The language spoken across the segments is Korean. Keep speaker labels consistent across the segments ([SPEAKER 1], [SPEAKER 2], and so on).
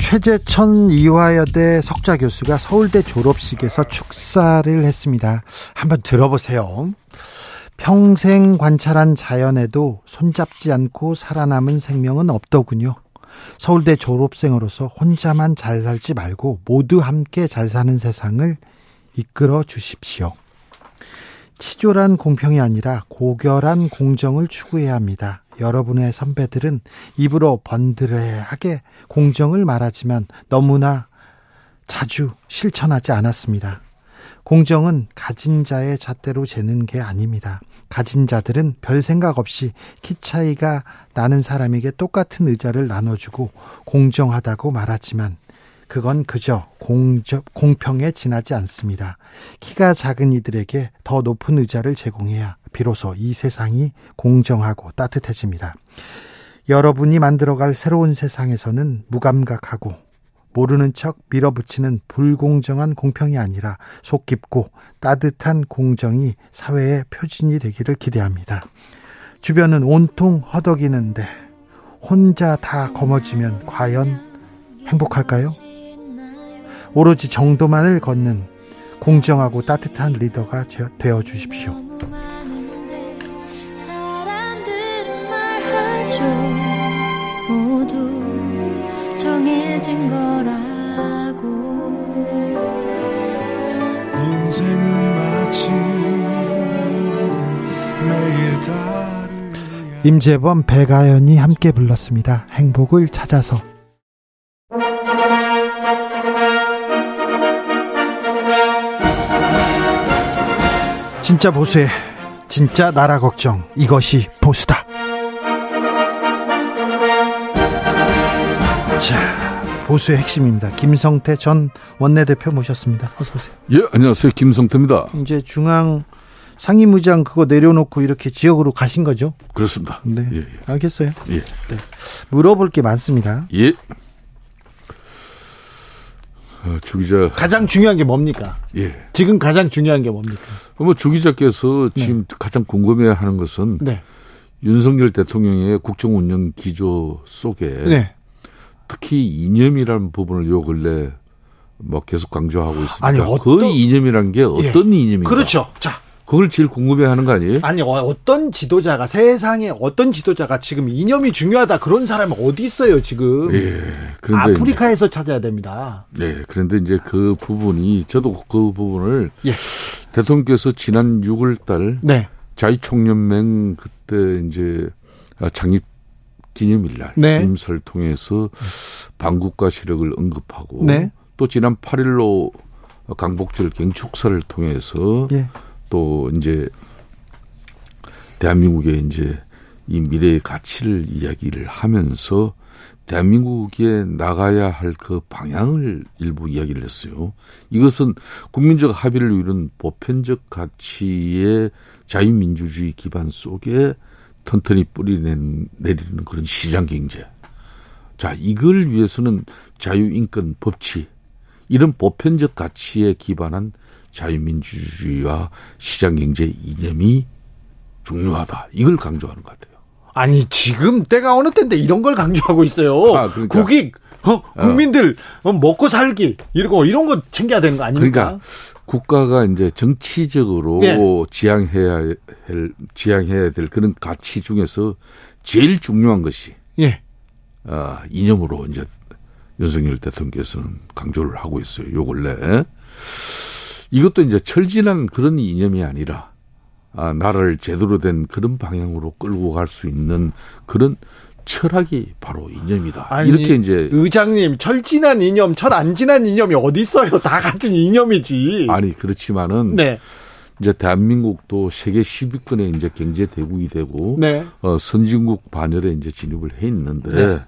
[SPEAKER 1] 최재천 이화여대 석좌 교수가 서울대 졸업식에서 축사를 했습니다. 한번 들어보세요. 평생 관찰한 자연에도 손잡지 않고 살아남은 생명은 없더군요. 서울대 졸업생으로서 혼자만 잘 살지 말고 모두 함께 잘 사는 세상을 이끌어 주십시오. 치졸한 공평이 아니라 고결한 공정을 추구해야 합니다. 여러분의 선배들은 입으로 번드레하게 공정을 말하지만 너무나 자주 실천하지 않았습니다. 공정은 가진 자의 잣대로 재는 게 아닙니다. 가진 자들은 별 생각 없이 키 차이가 나는 사람에게 똑같은 의자를 나눠주고 공정하다고 말하지만 그건 그저 공정, 공평에 지나지 않습니다. 키가 작은 이들에게 더 높은 의자를 제공해야 비로소 이 세상이 공정하고 따뜻해집니다. 여러분이 만들어갈 새로운 세상에서는 무감각하고 모르는 척 밀어붙이는 불공정한 공평이 아니라 속 깊고 따뜻한 공정이 사회의 표준이 되기를 기대합니다. 주변은 온통 허덕이는데 혼자 다 거머쥐면 과연 행복할까요? 오로지 정도만을 걷는 공정하고 따뜻한 리더가 제- 되어 주십시오.
[SPEAKER 2] 너무 많은데 사람들은 말하죠 모두 정해진 거라고
[SPEAKER 3] 인생은 마치 매일 다른 이야기.
[SPEAKER 1] 임재범, 백아연이 함께 불렀습니다. 행복을 찾아서. 진짜 보수의 진짜 나라 걱정 이것이 보수다. 자 보수의 핵심입니다. 김성태 전 원내대표 모셨습니다. 어서 오세요.
[SPEAKER 4] 예, 안녕하세요. 김성태입니다.
[SPEAKER 1] 이제 중앙 상임의장 그거 내려놓고 이렇게 지역으로 가신 거죠?
[SPEAKER 4] 그렇습니다.
[SPEAKER 1] 네.
[SPEAKER 4] 예, 예.
[SPEAKER 1] 알겠어요. 네.
[SPEAKER 4] 예.
[SPEAKER 1] 물어볼 게 많습니다.
[SPEAKER 4] 예. 아, 주 기자,
[SPEAKER 1] 가장 중요한 게 뭡니까?
[SPEAKER 4] 예.
[SPEAKER 1] 지금 가장 중요한 게 뭡니까?
[SPEAKER 4] 뭐주 기자께서 지금 가장 궁금해 하는 것은
[SPEAKER 1] 네.
[SPEAKER 4] 윤석열 대통령의 국정 운영 기조 속에
[SPEAKER 1] 네.
[SPEAKER 4] 특히 이념이라는 부분을 요 근래 뭐 계속 강조하고 있습니다.
[SPEAKER 1] 아니,
[SPEAKER 4] 그
[SPEAKER 1] 어떤-
[SPEAKER 4] 이념이란 게 어떤 이념인가?
[SPEAKER 1] 그렇죠. 자,
[SPEAKER 4] 그걸 제일 궁금해 하는 거 아니에요?
[SPEAKER 1] 아니 어, 어떤 지도자가 세상에 어떤 지도자가 지금 이념이 중요하다 그런 사람이 어디 있어요, 지금?
[SPEAKER 4] 예. 그런데 이제-
[SPEAKER 1] 아프리카에서 찾아야 됩니다.
[SPEAKER 4] 네, 그런데 이제 그 부분이 저도 그 부분을
[SPEAKER 1] 예.
[SPEAKER 4] 대통령께서 지난 6월달
[SPEAKER 1] 네.
[SPEAKER 4] 자유총연맹 그때 이제 아, 창립 기념일날
[SPEAKER 1] 네.
[SPEAKER 4] 김사를 통해서 반국가 시력을 언급하고
[SPEAKER 1] 네.
[SPEAKER 4] 또 지난 8일로 강복절 경축사를 통해서
[SPEAKER 1] 예.
[SPEAKER 4] 또 이제 대한민국의 이제 이 미래의 가치를 이야기를 하면서 대한민국에 나가야 할 그 방향을 일부 이야기를 했어요. 이것은 국민적 합의를 이룬 보편적 가치의 자유민주주의 기반 속에 튼튼히 뿌리낸 내리는 그런 시장 경제. 자, 이걸 위해서는 자유인권 법치, 이런 보편적 가치에 기반한 자유민주주의와 시장경제 이념이 중요하다. 이걸 강조하는 것 같아요.
[SPEAKER 1] 아니, 지금 때가 어느 때인데 이런 걸 강조하고 있어요.
[SPEAKER 4] 아, 그러니까.
[SPEAKER 1] 국익 어, 국민들 어, 먹고 살기 이거 이런 거 챙겨야 되는 거 아닙니까?
[SPEAKER 4] 그러니까 국가가 이제 정치적으로
[SPEAKER 1] 예.
[SPEAKER 4] 지향해야 할, 지향해야 될 그런 가치 중에서 제일 중요한 것이
[SPEAKER 1] 예.
[SPEAKER 4] 아, 이념으로 이제 윤석열 대통령께서는 강조를 하고 있어요. 요 근래. 이것도 이제 철진한 그런 이념이 아니라, 아, 나라를 제대로 된 그런 방향으로 끌고 갈 수 있는 그런 철학이 바로 이념이다.
[SPEAKER 1] 아니,
[SPEAKER 4] 이렇게 이제,
[SPEAKER 1] 의장님 철진한 이념, 철 안 진한 이념이 어디 있어요? 다 같은 이념이지.
[SPEAKER 4] 아니, 그렇지만은,
[SPEAKER 1] 그 네,
[SPEAKER 4] 이제 대한민국도 세계 10위권의 이제 경제 대국이 되고,
[SPEAKER 1] 네,
[SPEAKER 4] 어, 선진국 반열에 이제 진입을 해 있는데,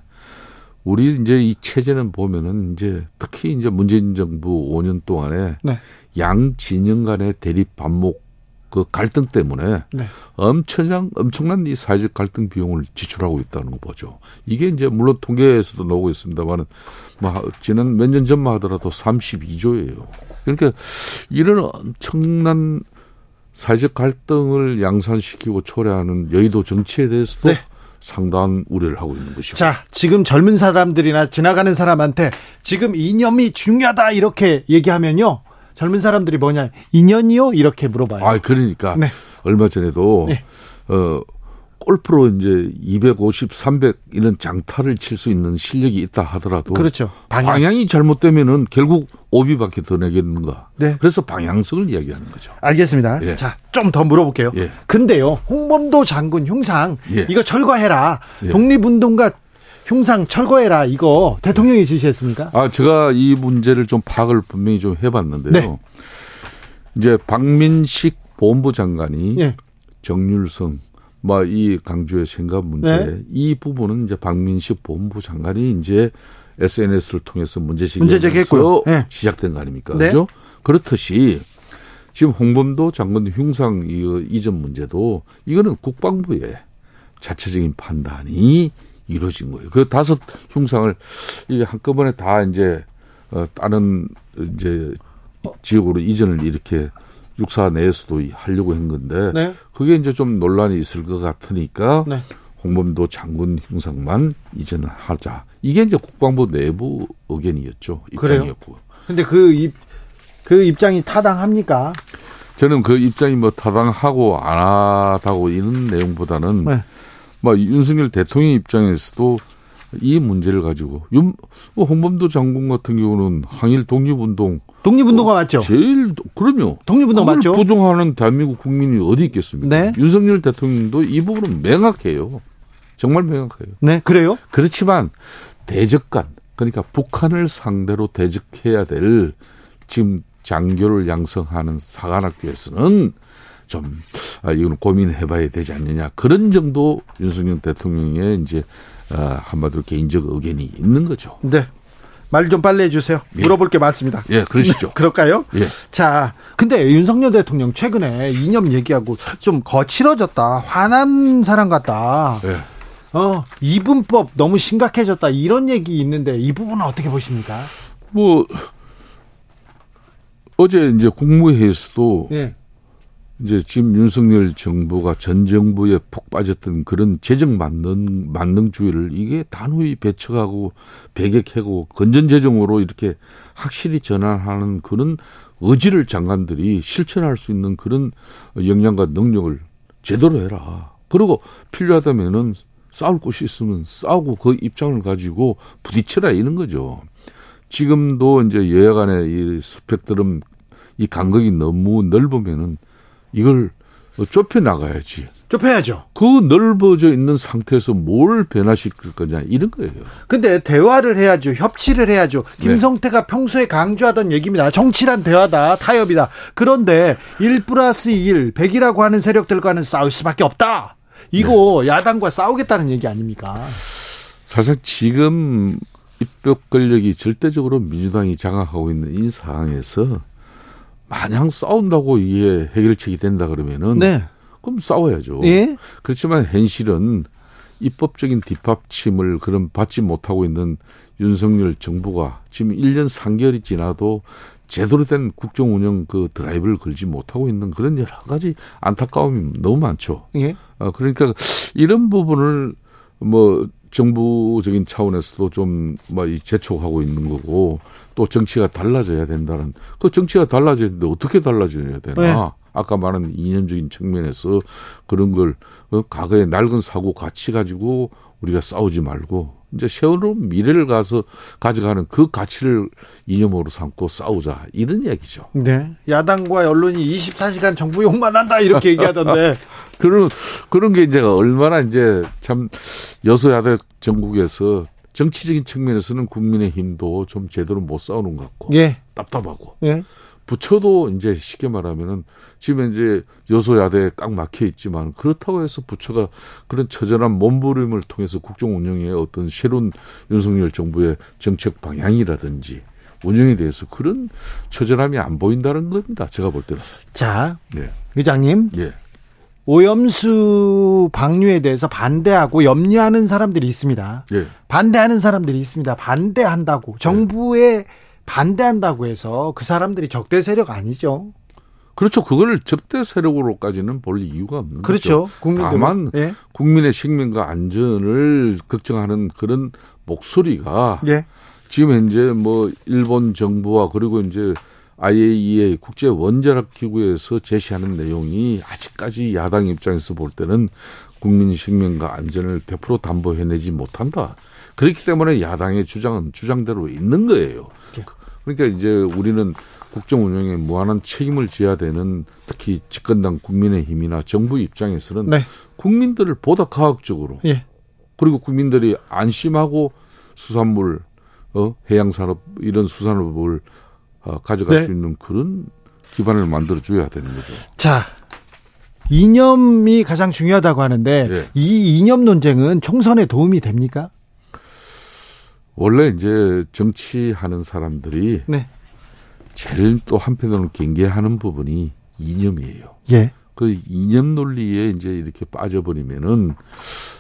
[SPEAKER 4] 우리 이제 이 체제는 보면은 이제 특히 이제 문재인 정부 5년 동안에
[SPEAKER 1] 네.
[SPEAKER 4] 양 진영 간의 대립 반목 그 갈등 때문에
[SPEAKER 1] 네.
[SPEAKER 4] 엄청난 엄청난 이 사회적 갈등 비용을 지출하고 있다는 거 보죠. 이게 이제 물론 통계에서도 나오고 있습니다만은 뭐 지난 몇 년 전만 하더라도 32조예요. 그러니까 이런 엄청난 사회적 갈등을 양산시키고 초래하는 여의도 정치에 대해서도
[SPEAKER 1] 네.
[SPEAKER 4] 상당한 우려를 하고 있는 것이죠.
[SPEAKER 1] 자, 지금 젊은 사람들이나 지나가는 사람한테 지금 이념이 중요하다 이렇게 얘기하면요. 젊은 사람들이 뭐냐? 인연이요? 이렇게 물어봐요.
[SPEAKER 4] 아, 그러니까
[SPEAKER 1] 네.
[SPEAKER 4] 얼마 전에도
[SPEAKER 1] 네.
[SPEAKER 4] 어 골프로 이제 250, 300 이런 장타를 칠 수 있는 실력이 있다 하더라도
[SPEAKER 1] 그렇죠. 방향.
[SPEAKER 4] 방향. 이 잘못되면은 결국 오비밖에 더 내겠는가.
[SPEAKER 1] 네.
[SPEAKER 4] 그래서 방향성을 이야기하는 거죠.
[SPEAKER 1] 알겠습니다.
[SPEAKER 4] 예.
[SPEAKER 1] 자, 좀 더 물어볼게요.
[SPEAKER 4] 예.
[SPEAKER 1] 근데요, 홍범도 장군 흉상
[SPEAKER 4] 예.
[SPEAKER 1] 이거 철거해라.
[SPEAKER 4] 예.
[SPEAKER 1] 독립운동가 흉상 철거해라. 이거 대통령이 지시했습니까?
[SPEAKER 4] 아, 제가 이 문제를 좀 파악을 분명히 좀 해봤는데요.
[SPEAKER 1] 네.
[SPEAKER 4] 이제 박민식 본부 장관이
[SPEAKER 1] 예.
[SPEAKER 4] 정률성, 막 이 강조의 생각 문제,
[SPEAKER 1] 네.
[SPEAKER 4] 이 부분은 이제 박민식 본부 장관이 이제 SNS를 통해서 문제
[SPEAKER 1] 문제 제기했고요.
[SPEAKER 4] 제기했고요.
[SPEAKER 1] 네.
[SPEAKER 4] 시작된 거 아닙니까?
[SPEAKER 1] 네.
[SPEAKER 4] 그죠? 그렇듯이 지금 홍범도 장관 흉상 이- 이전 문제도 이거는 국방부의 자체적인 판단이 이루어진 거예요. 그 다섯 흉상을 이게 한꺼번에 다 이제 어, 다른 이제 지역으로 이전을 이렇게 육사 내에서도 이- 하려고 한 건데
[SPEAKER 1] 네.
[SPEAKER 4] 그게 이제 좀 논란이 있을 것 같으니까
[SPEAKER 1] 네.
[SPEAKER 4] 홍범도 장군 흉상만 이전하자. 이게 이제 국방부 내부 의견이었죠.
[SPEAKER 1] 그래요?
[SPEAKER 4] 입장이었고.
[SPEAKER 1] 근데 그 입, 그 입장이 타당합니까?
[SPEAKER 4] 저는 그 입장이 뭐 타당하고 안 하다고 이런 내용보다는
[SPEAKER 1] 네.
[SPEAKER 4] 뭐 윤석열 대통령 입장에서도 이 문제를 가지고 윤, 뭐 홍범도 장군 같은 경우는 항일 독립운동
[SPEAKER 1] 독립운동가 맞죠?
[SPEAKER 4] 어, 제일 그럼요
[SPEAKER 1] 독립운동
[SPEAKER 4] 그걸
[SPEAKER 1] 맞죠?
[SPEAKER 4] 부정하는 대한민국 국민이 어디 있겠습니까?
[SPEAKER 1] 네.
[SPEAKER 4] 윤석열 대통령도 이 부분은 명확해요. 정말 명확해요.
[SPEAKER 1] 네, 그래요?
[SPEAKER 4] 그렇지만 대적간 그러니까 북한을 상대로 대적해야 될 지금 장교를 양성하는 사관학교에서는 좀 아, 이거는 고민해봐야 되지 않느냐 그런 정도 윤석열 대통령의 이제 아, 한마디로 개인적 의견이 있는 거죠.
[SPEAKER 1] 네. 말 좀 빨리 해주세요. 물어볼 게 많습니다.
[SPEAKER 4] 예, 그러시죠.
[SPEAKER 1] 그럴까요?
[SPEAKER 4] 예.
[SPEAKER 1] 자, 근데 윤석열 대통령 최근에 이념 얘기하고 좀 거칠어졌다. 화난 사람 같다.
[SPEAKER 4] 예.
[SPEAKER 1] 어, 이분법 너무 심각해졌다. 이런 얘기 있는데 이 부분은 어떻게 보십니까?
[SPEAKER 4] 뭐 어제 이제 국무회의에서도
[SPEAKER 1] 예.
[SPEAKER 4] 이제 지금 윤석열 정부가 전 정부에 푹 빠졌던 그런 재정 만능 만능주의를 이게 단호히 배척하고 배격하고 건전 재정으로 이렇게 확실히 전환하는 그런 의지를 장관들이 실천할 수 있는 그런 역량과 능력을 제대로 해라. 그리고 필요하다면은 싸울 곳이 있으면 싸우고 그 입장을 가지고 부딪혀라 이런 거죠. 지금도 이제 여야 간의 이 스펙트럼 이 간격이 너무 넓으면은 이걸 좁혀 나가야지.
[SPEAKER 1] 좁혀야죠.
[SPEAKER 4] 그 넓어져 있는 상태에서 뭘 변화시킬 거냐 이런 거예요.
[SPEAKER 1] 근데 대화를 해야죠. 협치를 해야죠. 김성태가 평소에 강조하던 얘기입니다. 정치란 대화다. 타협이다. 그런데 1 플러스 1, 100이라고 하는 세력들과는 싸울 수밖에 없다. 이거 야당과 싸우겠다는 얘기 아닙니까?
[SPEAKER 4] 사실 지금 입법 권력이 절대적으로 민주당이 장악하고 있는 이 상황에서 마냥 싸운다고 이게 해결책이 된다 그러면은 그럼 싸워야죠.
[SPEAKER 1] 예?
[SPEAKER 4] 그렇지만 현실은 입법적인 뒷받침을 그런 받지 못하고 있는 윤석열 정부가 지금 1년 3개월이 지나도 제대로 된 국정 운영 그 드라이브를 걸지 못하고 있는 그런 여러 가지 안타까움이 너무 많죠.
[SPEAKER 1] 예.
[SPEAKER 4] 아, 그러니까 이런 부분을 뭐 정부적인 차원에서도 좀막 뭐 재촉하고 있는 거고 또 정치가 달라져야 된다는 그 정치가 달라지는데 어떻게 달라져야 되나
[SPEAKER 1] 네.
[SPEAKER 4] 아까 말한 이념적인 측면에서 그런 걸 어, 과거의 낡은 사고 가치 가지고 우리가 싸우지 말고 이제 새로운 미래를 가서 가져가는 그 가치를 이념으로 삼고 싸우자 이런 얘기죠.
[SPEAKER 1] 네. 야당과 언론이 24시간 정부 욕만 한다 이렇게 얘기하던데.
[SPEAKER 4] 그런 그런 게 이제 얼마나 이제 참 여소야대 전국에서 정치적인 측면에서는 국민의 힘도 좀 제대로 못 싸우는 것 같고
[SPEAKER 1] 예.
[SPEAKER 4] 답답하고
[SPEAKER 1] 예.
[SPEAKER 4] 부처도 이제 쉽게 말하면은 지금 이제 여소야대에 꽉 막혀 있지만 그렇다고 해서 부처가 그런 처절한 몸부림을 통해서 국정 운영의 어떤 새로운 윤석열 정부의 정책 방향이라든지 운영에 대해서 그런 처절함이 안 보인다는 겁니다. 제가 볼 때는.
[SPEAKER 1] 자,
[SPEAKER 4] 예.
[SPEAKER 1] 의장님.
[SPEAKER 4] 예.
[SPEAKER 1] 오염수 방류에 대해서 반대하고 염려하는 사람들이 있습니다.
[SPEAKER 4] 예.
[SPEAKER 1] 반대하는 사람들이 있습니다.
[SPEAKER 4] 네.
[SPEAKER 1] 반대한다고 정부에 반대한다고 해서 그 사람들이 적대 세력 아니죠.
[SPEAKER 4] 그렇죠. 그걸 적대 세력으로까지는 볼 이유가 없는
[SPEAKER 1] 그렇죠.
[SPEAKER 4] 거죠.
[SPEAKER 1] 국민들은.
[SPEAKER 4] 다만
[SPEAKER 1] 예.
[SPEAKER 4] 국민의 생명과 안전을 걱정하는 그런 목소리가
[SPEAKER 1] 예.
[SPEAKER 4] 지금 현재 뭐 일본 정부와 그리고 이제 IAEA 국제 원자력 기구에서 제시하는 내용이 아직까지 야당 입장에서 볼 때는 국민 생명과 안전을 100% 담보해내지 못한다. 그렇기 때문에 야당의 주장은 주장대로 있는 거예요. 그러니까 이제 우리는 국정 운영에 무한한 책임을 져야 되는 특히 집권당 국민의힘이나 정부 입장에서는
[SPEAKER 1] 네.
[SPEAKER 4] 국민들을 보다 과학적으로
[SPEAKER 1] 예.
[SPEAKER 4] 그리고 국민들이 안심하고 수산물, 어, 해양산업 이런 수산업을 어, 가져갈
[SPEAKER 1] 네.
[SPEAKER 4] 수 있는 그런 기반을 만들어 줘야 되는 거죠.
[SPEAKER 1] 자, 이념이 가장 중요하다고 하는데
[SPEAKER 4] 예.
[SPEAKER 1] 이 이념 논쟁은 총선에 도움이 됩니까?
[SPEAKER 4] 원래 이제 정치하는 사람들이
[SPEAKER 1] 네.
[SPEAKER 4] 제일 또 한편으로는 경계하는 부분이 이념이에요.
[SPEAKER 1] 예.
[SPEAKER 4] 그 이념 논리에 이제 이렇게 빠져버리면은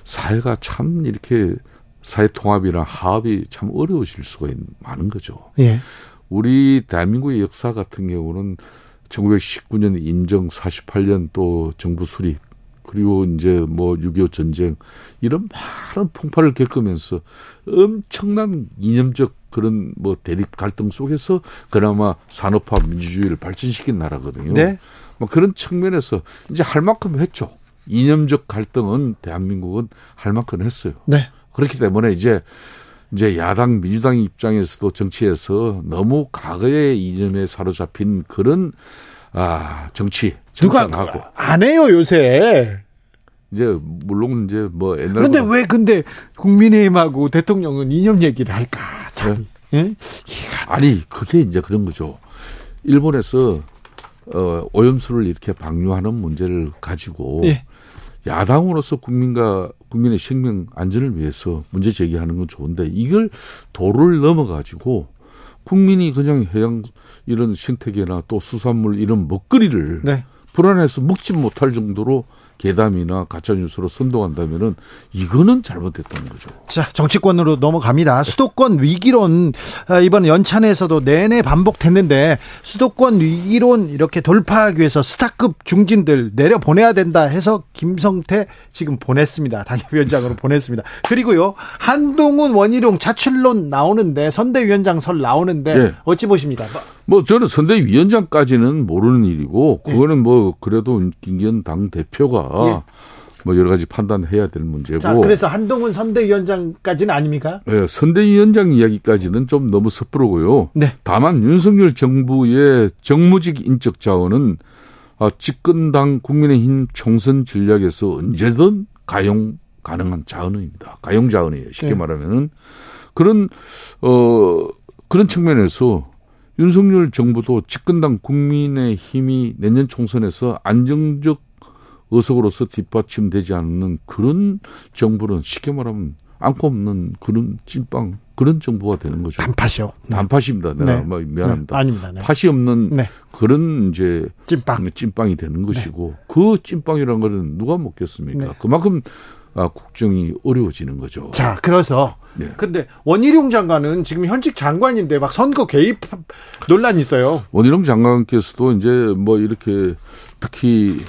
[SPEAKER 4] 사회가 참 이렇게 사회 통합이나 합이 참 어려우실 수가 있- 많은 거죠.
[SPEAKER 1] 예.
[SPEAKER 4] 우리 대한민국의 역사 같은 경우는 1919년 임정 48년 또 정부 수립 그리고 이제 뭐 6.25 전쟁 이런 많은 폭발을 겪으면서 엄청난 이념적 그런 뭐 대립 갈등 속에서 그나마 산업화 민주주의를 발전시킨 나라거든요.
[SPEAKER 1] 네.
[SPEAKER 4] 뭐 그런 측면에서 이제 할 만큼 했죠. 이념적 갈등은 대한민국은 할 만큼 했어요.
[SPEAKER 1] 네.
[SPEAKER 4] 그렇기 때문에 이제 이제 야당 민주당 입장에서도 정치에서 너무 과거의 이념에 사로잡힌 그런 아 정치
[SPEAKER 1] 누가
[SPEAKER 4] 정상하고
[SPEAKER 1] 안 해요, 요새.
[SPEAKER 4] 이제 물론 이제 뭐 옛날
[SPEAKER 1] 근데 왜 근데 국민의힘하고 대통령은 이념 얘기를 할까? 참.
[SPEAKER 4] 네.
[SPEAKER 1] 예?
[SPEAKER 4] 아니 그게 이제 그런 거죠. 일본에서 어 오염수를 이렇게 방류하는 문제를 가지고
[SPEAKER 1] 예.
[SPEAKER 4] 야당으로서 국민과 국민의 생명 안전을 위해서 문제 제기하는 건 좋은데 이걸 도를 넘어 가지고 국민이 그냥 해양 이런 생태계나 또 수산물 이런 먹거리를
[SPEAKER 1] 네.
[SPEAKER 4] 불안해서 먹지 못할 정도로 괴담이나 가짜 뉴스로 선동한다면은 이거는 잘못됐다는 거죠.
[SPEAKER 1] 자, 정치권으로 넘어갑니다. 수도권 위기론, 아, 이번 연찬에서도 내내 반복됐는데, 수도권 위기론 이렇게 돌파하기 위해서 스타급 중진들 내려보내야 된다 해서 김성태 지금 보냈습니다. 당협위원장으로 보냈습니다. 그리고요, 한동훈, 원희룡 자출론 나오는데, 선대위원장 설 나오는데,
[SPEAKER 4] 예.
[SPEAKER 1] 어찌 보십니까?
[SPEAKER 4] 뭐 저는 선대위원장까지는 모르는 일이고 그거는 뭐 그래도 김기현 당 대표가 뭐 여러 가지 판단해야 될 문제고.
[SPEAKER 1] 예. 자, 그래서 한동훈 선대위원장까지는 아닙니까?
[SPEAKER 4] 예, 선대위원장 이야기까지는 좀 너무 섣부르고요.
[SPEAKER 1] 네.
[SPEAKER 4] 다만 윤석열 정부의 정무직 인적 자원은 아, 집권당 국민의힘 총선 전략에서 언제든 가용 가능한 자원입니다. 가용 자원이에요. 쉽게
[SPEAKER 1] 네.
[SPEAKER 4] 말하면은 그런 어 그런 측면에서 윤석열 정부도 집권당 국민의힘이 내년 총선에서 안정적 의석으로서 뒷받침되지 않는 그런 정부는 쉽게 말하면 안고 없는 그런 찐빵 그런 정부가 되는 거죠.
[SPEAKER 1] 간파시오.
[SPEAKER 4] 네. 단팥입니다. 내가 뭐 미안합니다.
[SPEAKER 1] 네, 아닙니다. 네.
[SPEAKER 4] 팥이 없는
[SPEAKER 1] 네.
[SPEAKER 4] 그런 이제 음,
[SPEAKER 1] 찐빵.
[SPEAKER 4] 찐빵이 되는 것이고 그 찐빵이라는 거는 누가 먹겠습니까?
[SPEAKER 1] 네.
[SPEAKER 4] 그만큼 아, 국정이 어려워지는 거죠.
[SPEAKER 1] 자, 그래서
[SPEAKER 4] 예.
[SPEAKER 1] 근데 원희룡 장관은 지금 현직 장관인데 막 선거 개입 논란이 있어요.
[SPEAKER 4] 원희룡 장관께서도 이제 뭐 이렇게 특히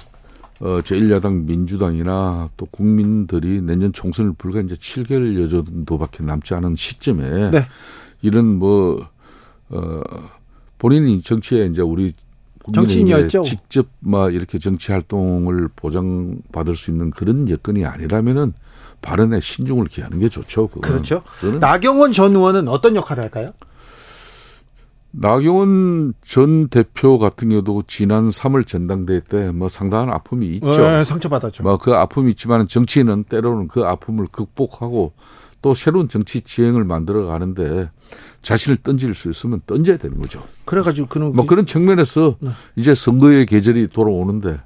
[SPEAKER 4] 어, 제1야당 민주당이나 또 국민들이 내년 총선을 불과 이제 7개월 여정도밖에 남지 않은 시점에
[SPEAKER 1] 네.
[SPEAKER 4] 이런 뭐, 어, 본인이 정치에 이제 우리 국민의힘에
[SPEAKER 1] 정치인이었죠.
[SPEAKER 4] 직접 막 이렇게 정치 활동을 보장받을 수 있는 그런 여건이 아니라면은 발언에 신중을 기하는 게 좋죠. 그거는.
[SPEAKER 1] 그렇죠.
[SPEAKER 4] 음, 그거는
[SPEAKER 1] 나경원 전 의원은 어떤 역할을 할까요?
[SPEAKER 4] 나경원 전 대표 같은 경우도 지난 3월 전당대회 때 뭐 상당한 아픔이 있죠.
[SPEAKER 1] 예, 상처받았죠.
[SPEAKER 4] 뭐 그 아픔이 있지만 정치인은 때로는 그 아픔을 극복하고 또 새로운 정치 지행을 만들어 가는데 자신을 던질 수 있으면 던져야 되는 거죠.
[SPEAKER 1] 그래가지고 그는
[SPEAKER 4] 뭐 그런 측면에서
[SPEAKER 1] 네.
[SPEAKER 4] 이제 선거의 계절이 돌아오는데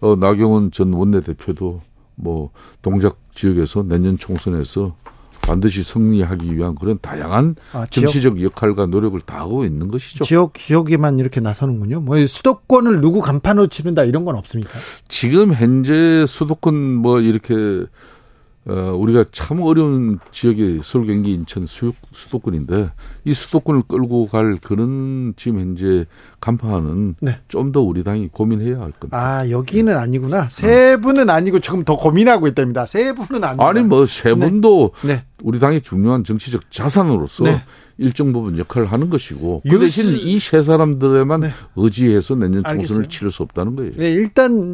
[SPEAKER 4] 어, 나경원 전 원내대표도 뭐 동작 지역에서 내년 총선에서 반드시 승리하기 위한 그런 다양한
[SPEAKER 1] 아, 지역?
[SPEAKER 4] 정치적 역할과 노력을 다하고 있는 것이죠.
[SPEAKER 1] 지역 지역에만 이렇게 나서는군요. 뭐이 수도권을 누구 간판으로 치른다 이런 건 없습니까?
[SPEAKER 4] 지금 현재 수도권 뭐 이렇게 어, 우리가 참 어려운 지역이 서울, 경기, 인천, 수, 수도권인데 이 수도권을 끌고 갈 그런 지금 현재 간판은
[SPEAKER 1] 네.
[SPEAKER 4] 좀 더 우리 당이 고민해야 할 겁니다.
[SPEAKER 1] 아 여기는 아니구나. 세 분은 아니고 지금 더 고민하고 있답니다. 세 분은 아니다.
[SPEAKER 4] 음. 아니 뭐 세 분도
[SPEAKER 1] 네.
[SPEAKER 4] 우리 당의 중요한 정치적 자산으로서
[SPEAKER 1] 네.
[SPEAKER 4] 일정 부분 역할을 하는 것이고 그
[SPEAKER 1] 유스- 네.
[SPEAKER 4] 대신 이 세 사람들에만 의지해서 내년
[SPEAKER 1] 알겠어요.
[SPEAKER 4] 총선을 치를 수 없다는 거예요.
[SPEAKER 1] 네, 일단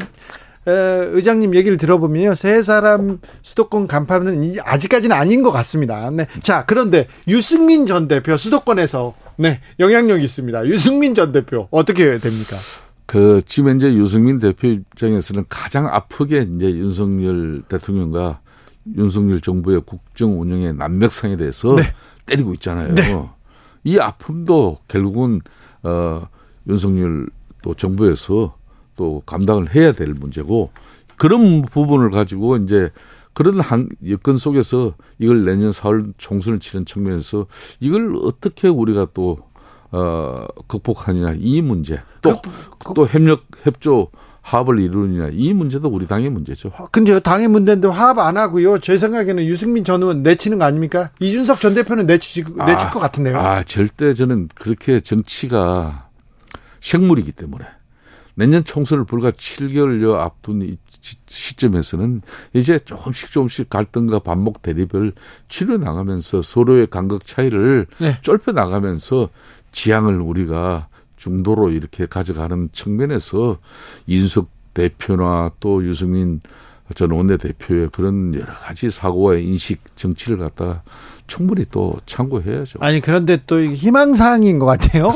[SPEAKER 1] 어, 의장님 얘기를 들어보면요, 세 사람 수도권 간판은 이- 아직까지는 아닌 것 같습니다. 네. 자, 그런데 유승민 전 대표 수도권에서 네 영향력 이 있습니다. 유승민 전 대표 어떻게 해야 됩니까?
[SPEAKER 4] 그 지금 현재 유승민 대표 입장에서는 가장 아프게 이제 윤석열 대통령과 윤석열 정부의 국정 운영의 난맥상에 대해서 때리고 있잖아요. 이 아픔도 결국은 어 윤석열 또 정부에서 또 감당을 해야 될 문제고 그런 부분을 가지고 이제 그런 한 여건 속에서 이걸 내년 4월 총선을 치는 측면에서 이걸 어떻게 우리가 또 어, 극복하느냐 이 문제 또 또 협력 협조 합을 이루느냐 이 문제도 우리 당의 문제죠.
[SPEAKER 1] 어, 근데 당의 문제인데 화합 안 하고요. 제 생각에는 유승민 전 의원 내치는 거 아닙니까? 이준석 전 대표는 내치 내칠 것 같은데요.
[SPEAKER 4] 아, 절대 저는 그렇게 정치가 생물이기 때문에 내년 총선을 불과 7개월여 앞둔 이 시- 시점에서는 이제 조금씩 조금씩 갈등과 반목 대립을 치료 나가면서 서로의 간극 차이를
[SPEAKER 1] 네.
[SPEAKER 4] 쫄펴 나가면서 지향을 우리가 중도로 이렇게 가져가는 측면에서 인석 대표나 또 유승민 전 원내대표의 그런 여러 가지 사고와 인식 정치를 갖다가 충분히 또 참고해야죠.
[SPEAKER 1] 아니 그런데 또 이게 희망사항인 것 같아요.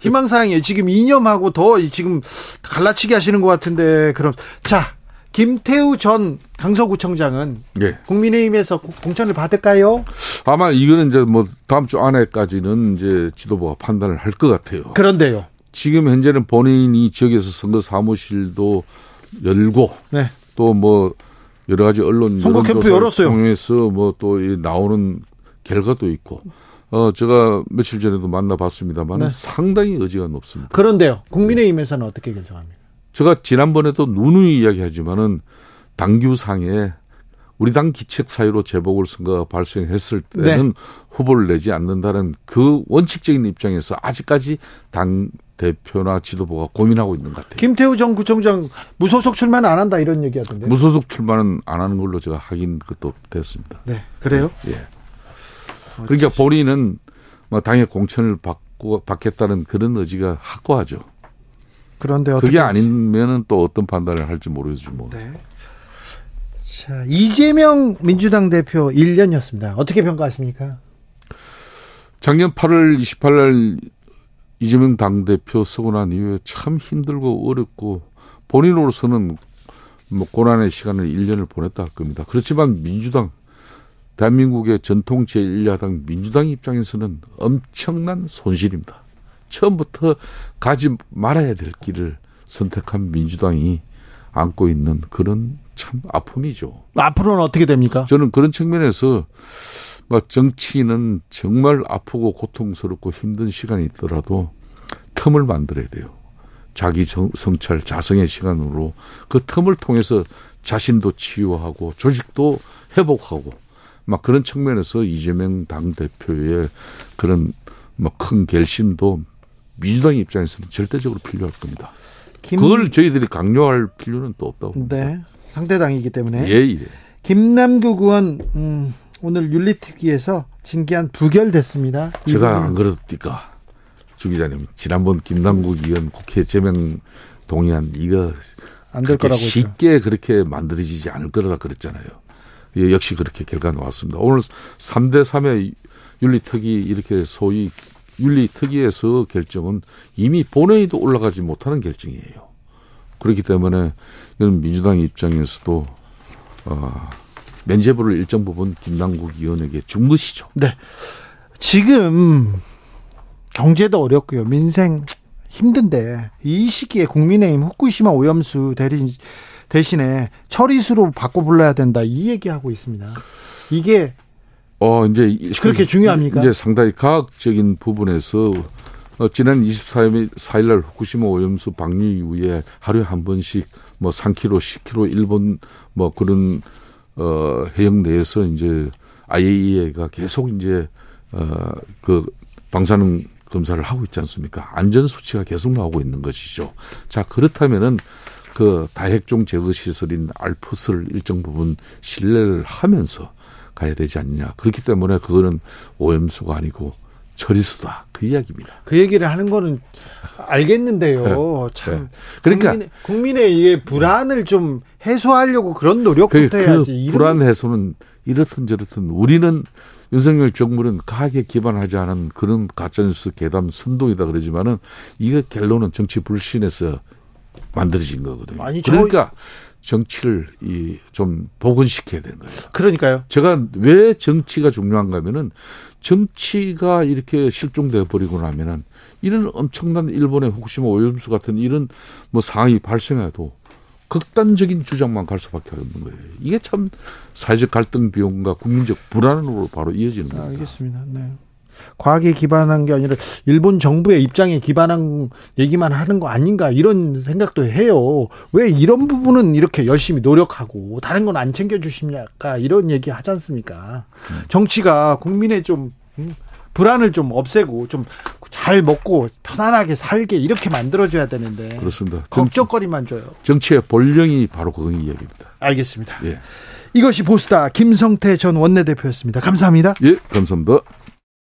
[SPEAKER 1] 희망사항이에요. 지금 이념하고 더 이- 지금 갈라치기 하시는 것 같은데 그럼 자 김태우 전 강서구청장은
[SPEAKER 4] 예.
[SPEAKER 1] 국민의힘에서 고- 공천을 받을까요?
[SPEAKER 4] 다만 이거는 이제 뭐 다음 주 안에까지는 이제 지도부가 판단을 할 것 같아요.
[SPEAKER 1] 그런데요.
[SPEAKER 4] 지금 현재는 본인이 지역에서 선거 사무실도 열고
[SPEAKER 1] 네.
[SPEAKER 4] 또 뭐 여러 가지 언론
[SPEAKER 1] 선거 캠프 열었어요.
[SPEAKER 4] 통해서 뭐또 나오는 결과도 있고 어 제가 며칠 전에도 만나봤습니다만
[SPEAKER 1] 네.
[SPEAKER 4] 상당히 의지가 높습니다.
[SPEAKER 1] 그런데요. 국민의힘에서는 어떻게 결정합니까?
[SPEAKER 4] 제가 지난번에도 누누이 이야기하지만은 당규상에 우리 당 기책 사유로 재보궐선거가 발생했을
[SPEAKER 1] 네.
[SPEAKER 4] 때는 후보를 내지 않는다는 그 원칙적인 입장에서 아직까지 당 대표나 지도부가 고민하고 있는 것 같아요.
[SPEAKER 1] 김태우 전 구청장 무소속 출마는 안 한다 이런 얘기하던데. 요
[SPEAKER 4] 무소속 출마는 안 하는 걸로 제가 확인 그것도 됐습니다.
[SPEAKER 1] 네. 그래요? 어,
[SPEAKER 4] 그러니까 본인은 뭐 당의 공천을 받고 받겠다는 그런 의지가 확고하죠.
[SPEAKER 1] 그런데 어떻게 네.
[SPEAKER 4] 그게 아니면은 또 어떤 판단을 할지 모르죠. 뭐.
[SPEAKER 1] 자, 이재명 민주당 대표 1년이었습니다. 어떻게 평가하십니까?
[SPEAKER 4] 작년 8월 28일 날 이재명 당대표 서고 난 이후에 참 힘들고 어렵고 본인으로서는 뭐 고난의 시간을 1년을 보냈다 할 겁니다. 그렇지만 민주당, 대한민국의 전통 제1야당 민주당 입장에서는 엄청난 손실입니다. 처음부터 가지 말아야 될 길을 선택한 민주당이 안고 있는 그런 참 아픔이죠.
[SPEAKER 1] 앞으로는 어떻게 됩니까?
[SPEAKER 4] 저는 그런 측면에서 막 정치인은 정말 아프고 고통스럽고 힘든 시간이 있더라도 틈을 만들어야 돼요. 자기 정- 성찰, 자성의 시간으로 그 틈을 통해서 자신도 치유하고 조직도 회복하고 막 그런 측면에서 이재명 당대표의 그런 막 큰 결심도 민주당 입장에서는 절대적으로 필요할 겁니다.
[SPEAKER 1] 김-
[SPEAKER 4] 그걸 저희들이 강요할 필요는 또 없다고.
[SPEAKER 1] 네. 상대당이기 때문에
[SPEAKER 4] 예, 예.
[SPEAKER 1] 김남국 의원 음, 오늘 윤리특위에서 징계한 부결됐습니다. 이
[SPEAKER 4] 제가 안
[SPEAKER 1] 부분은
[SPEAKER 4] 그렇습니까? 주 기자님, 지난번 김남국 의원 국회 제명 동의안 이거
[SPEAKER 1] 안될
[SPEAKER 4] 그렇게
[SPEAKER 1] 거라고 했죠.
[SPEAKER 4] 쉽게 그렇게 만들어지지 않을 거라 그랬잖아요. 예, 역시 그렇게 결과 나왔습니다. 오늘 3대 3의 윤리특위 이렇게 소위 윤리특위에서 결정은 이미 본회의도 올라가지 못하는 결정이에요. 그렇기 때문에 이건 민주당 입장에서도 어, 면제부를 일정 부분 김남국 의원에게 준 것이죠.
[SPEAKER 1] 네. 지금 경제도 어렵고요. 민생 힘든데 이 시기에 국민의힘 후쿠시마 오염수 대리, 대신에 처리수로 바꿔 불러야 된다 이 얘기하고 있습니다. 이게
[SPEAKER 4] 어 이제 이-
[SPEAKER 1] 그렇게 중요합니까?
[SPEAKER 4] 이제 상당히 과학적인 부분에서 어, 지난 24일 4일날 후쿠시마 오염수 방류 이후에 하루에 한 번씩 뭐 3km, 10km 일본 뭐 그런 어 해역 내에서 이제 IAEA가 계속 이제 어그 방사능 검사를 하고 있지 않습니까? 안전 수치가 계속 나오고 있는 것이죠. 자 그렇다면은 그 다핵종 제거 시설인 알프스를 일정 부분 신뢰를 하면서 가야 되지 않느냐. 그렇기 때문에 그거는 오염수가 아니고 처리수다. 그 이야기입니다.
[SPEAKER 1] 그 얘기를 하는 거는 알겠는데요. 참
[SPEAKER 4] 네. 그러니까-
[SPEAKER 1] 국민의, 국민의 이게 불안을 좀 해소하려고 그런
[SPEAKER 4] 그,
[SPEAKER 1] 노력부터
[SPEAKER 4] 그
[SPEAKER 1] 해야지. 이런-
[SPEAKER 4] 불안 해소는 이렇든 저렇든 우리는 윤석열 정부는 과학에 기반하지 않은 그런 가짜뉴스 괴담 선동이다 그러지만은 이거 결론은 정치 불신에서 만들어진 거거든요.
[SPEAKER 1] 아니, 저-
[SPEAKER 4] 그러니까 정치를 이 좀 복원시켜야 되는 거예요.
[SPEAKER 1] 그러니까요. 그러니까요.
[SPEAKER 4] 제가 왜 정치가 중요한가 하면은 정치가 이렇게 실종돼 버리고 나면은 이런 엄청난 일본의 후쿠시마 오염수 같은 이런 뭐 상황이 발생해도 극단적인 주장만 갈 수밖에 없는 거예요. 이게 참 사회적 갈등 비용과 국민적 불안으로 바로 이어지는 겁니다.
[SPEAKER 1] 알겠습니다. 네. 과학에 기반한 게 아니라 일본 정부의 입장에 기반한 얘기만 하는 거 아닌가 이런 생각도 해요. 왜 이런 부분은 이렇게 열심히 노력하고 다른 건 안 챙겨주십니까 이런 얘기 하지 않습니까?
[SPEAKER 4] 음.
[SPEAKER 1] 정치가 국민의 좀 음, 불안을 좀 없애고 좀 잘 먹고 편안하게 살게 이렇게 만들어줘야 되는데
[SPEAKER 4] 그렇습니다. 네. 정,
[SPEAKER 1] 걱정거리만 줘요.
[SPEAKER 4] 정치의 본령이 바로 그런 이야기입니다.
[SPEAKER 1] 알겠습니다.
[SPEAKER 4] 예.
[SPEAKER 1] 이것이 보스다 김성태 전 원내대표였습니다. 감사합니다.
[SPEAKER 4] 예, 감사합니다.